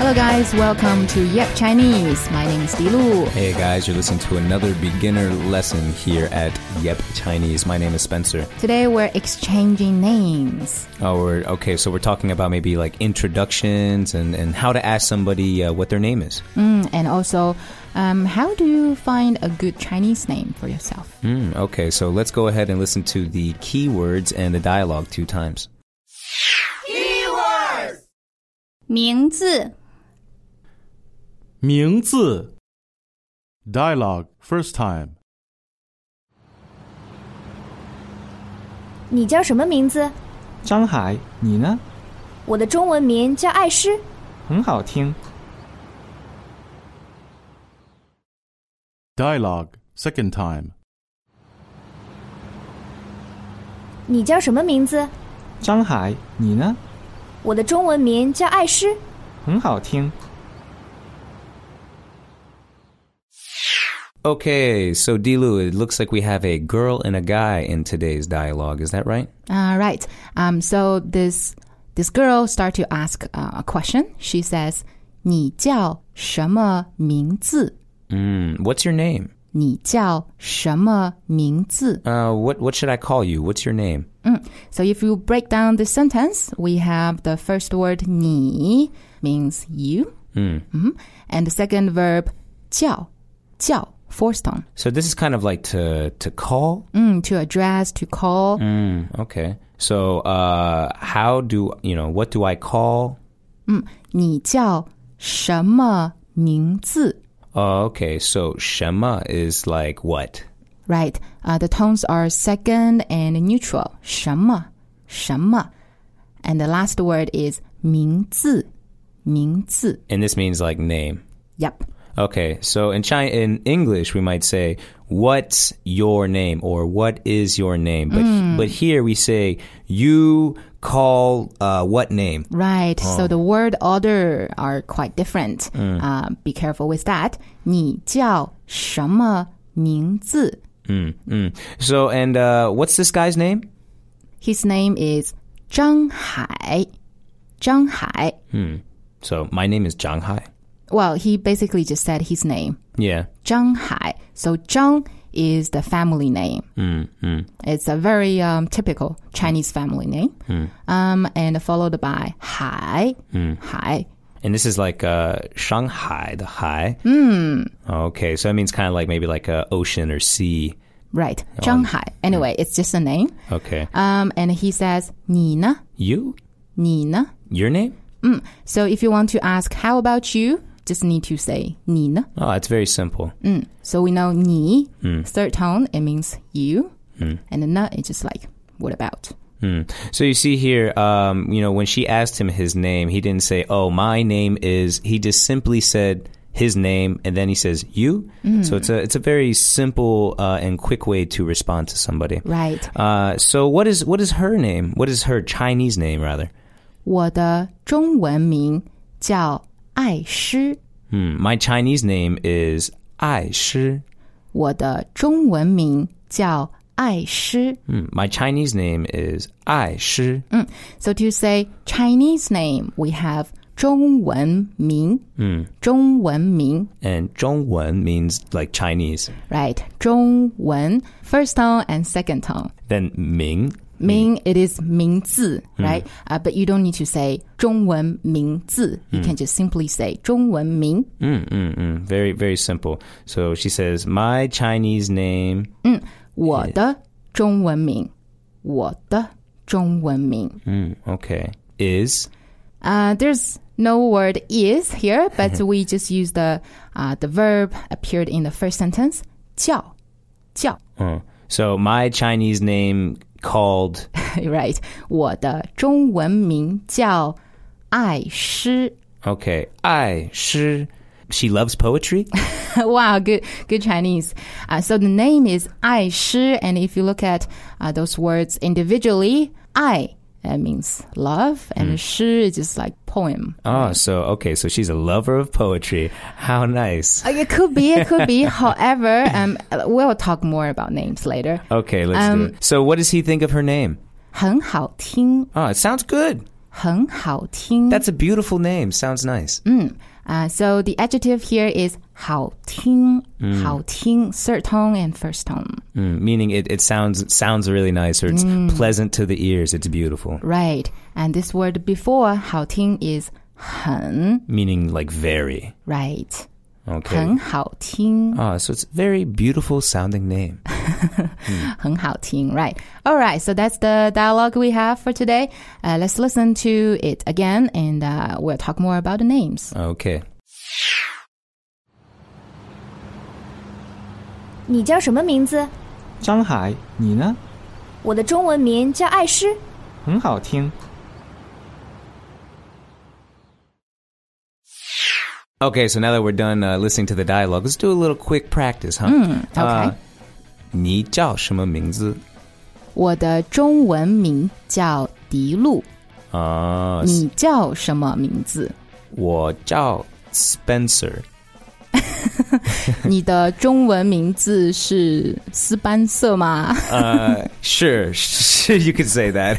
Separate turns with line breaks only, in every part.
Hello, guys. Welcome to Yep Chinese. My name is Dilu.
Hey guys, you're listening to another beginner lesson here at Yep Chinese. My name is Spencer.
Today we're exchanging names.
Oh, we're, okay, so we're talking about maybe like introductions and, and how to ask somebody uh, what their name is.
Mm, and also, um, how do you find a good Chinese name for yourself?
Mm, okay, so let's go ahead and listen to the keywords and the dialogue two times.
名字、
名字。Dialogue first time.
你叫什么名字？
张海，你呢？
我的中文名叫艾诗。
很好听。
Dialogue second time.
你叫什么名字？
张海，你呢？
我的中文名叫艾诗。
很好听。
Okay, so Dilu, it looks like we have a girl and a guy in today's dialogue. Is that right?
All right. Um, so this this girl start to ask uh, a question. She says, 你叫什么名字?
Mm, what's your name?
你叫什么名字?
Uh, what, what should I call you? What's your name?
So if you break down the sentence, we have the first word 你 means you, Mhm. and the second verb 叫,叫 force tone,
So this is kind of like to, to call?
Mm, to address, to call.
Mm, okay. So, uh, how do you know? What do I call?
你叫什么名字?
Uh, okay. So, Shema is like what?
Right. Uh, the tones are second and neutral. 什么,什么. And the last word is 名字,名字.
And this means like name.
Yep.
Okay. So in China, in English, we might say "What's your name?" or "What is your name?" But but here we say "You call uh, what name?"
Right. So the word order are quite different. Uh, be careful with that. 你叫什么名字?
Mm. So and uh, what's this guy's name?
His name is Zhang Hai. Zhang Hai.
So my name is Zhang Hai.
Well, he basically just said his name.
Yeah.
Zhang Hai. So Zhang is the family name. It's a very um, typical Chinese family name. Um, and followed by Hai. Hai.
And this is like uh, Shanghai, the high. Okay, so that means kind of like maybe like a ocean or sea.
Right. Zhang Hai. Anyway, it's just a name.
Okay,
Um, and he says, 你呢?
you,
你呢?
your name?
So if you want to ask, how about you? Just need to say 你呢?
Oh, it's very simple.
So we know 你, third tone, it means you. And the 呢, it's just like, what about?
Mm. So you see here, um, you know, when she asked him his name, he didn't say, "Oh, my name is." He just simply said his name, and then he says, "You." So it's a it's a very simple uh, and quick way to respond to somebody.
Right.
Uh, so what is what is her name? What is her Chinese name rather?
我的中文名叫爱诗.
Hmm, my Chinese name is Ai Shi.
我的中文名叫爱诗.
Mm, My Chinese name is Ai Shi.
So to say Chinese name, we have 中文名.中文名.
And Zhongwen means like Chinese.
Right. 中文. First tone and second tone.
Then Ming.
Ming, it is 名字, right? Uh, but you don't need to say 中文名字. You can just simply say 中文名.
Mm, mm, mm. Very, very simple. So she says, My Chinese name.
我的中文名.我的中文名.
Mm, okay. Is.
Uh, there's no word is here, but we just use the uh, the verb appeared in the first sentence. 叫,叫,
Uh, so my Chinese name called.
right? 我的中文名叫爱诗.
Okay. Ai Shi. She loves poetry?
wow, good, good Chinese. Uh, so the name is 爱诗, and if you look at uh, those words individually, 爱 It means love, and 诗 is just like poem.
Ah, so okay, so she's a lover of poetry. How nice.
Uh, It could be, it could be. However, um, we'll talk more about names later.
Okay, let's do
Um,
it. So, what does he think of her name?
很好听，很好听。
Oh, it sounds good. That's a beautiful name. Sounds nice.
Uh, so the adjective here is 好听,好听, third tone and first tone.
Mm, meaning it, it sounds it sounds really nice, or it's pleasant to the ears. It's beautiful.
Right. And this word before 好听 is 很,
Meaning like very.
right?
Okay.
很好听,
Ah, so it's a very beautiful sounding name.
很好听, right? All right. So that's the dialogue we have for today. Uh, let's listen to it again and uh, we'll talk more about the names.
Okay.
你叫什么名字？
张海，你呢？
我的中文名叫艾诗。
很好听。
Okay, so now that we're done uh, listening to the dialogue, let's do a little quick practice, huh?
okay.
Uh, 你叫什么名字?
我的中文名叫迪路，
Ah,
你叫什么名字？
我叫 Spencer.
你的中文名字是斯班瑟吗
Uh, sure, sure, you could say that.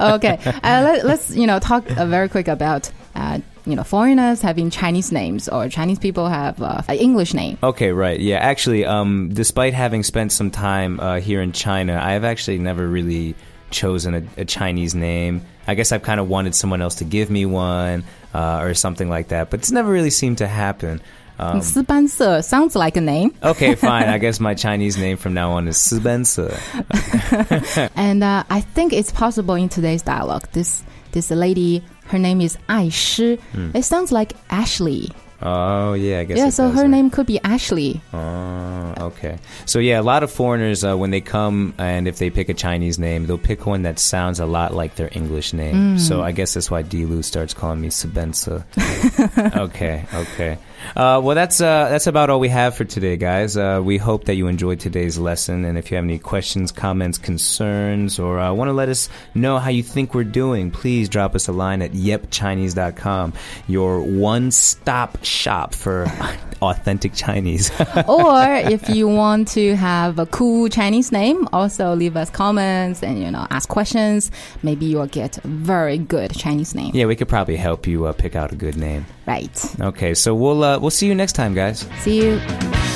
？Okay, uh, let, let's you know talk uh, very quick about uh, you know foreigners having Chinese names or Chinese people have uh, an English name.
okay, right. Yeah, actually, um, despite having spent some time uh, here in China, I've actually never really chosen a, a Chinese name. I guess I've kind of wanted someone else to give me one uh, or something like that, but it's never really seemed to happen. Um,
斯班瑟 sounds like a name,
okay, fine. I guess my Chinese name from now on is Spencer.
and uh, I think it's possible in today's dialogue. This this lady, her name is Ai Shi. It sounds like Ashley.
Oh yeah, I guess.
yeah,
it
so
does,
her
huh?
name could be Ashley.
Oh, okay. So yeah, a lot of foreigners uh, when they come and if they pick a Chinese name, they'll pick one that sounds a lot like their English name. So I guess that's why Dilu starts calling me Sabensa. okay, okay. Uh, well, that's uh, that's about all we have for today, guys. Uh, we hope that you enjoyed today's lesson, and if you have any questions, comments, concerns, or uh, want to let us know how you think we're doing, please drop us a line at yepchinese.com, your one-stop shop for authentic Chinese.
or if you want to have a cool Chinese name, also leave us comments and you know ask questions. Maybe you'll get a very good Chinese name.
Yeah, we could probably help you uh, pick out a good name.
Right.
Okay, so we'll uh, we'll see you next time, guys.
See you.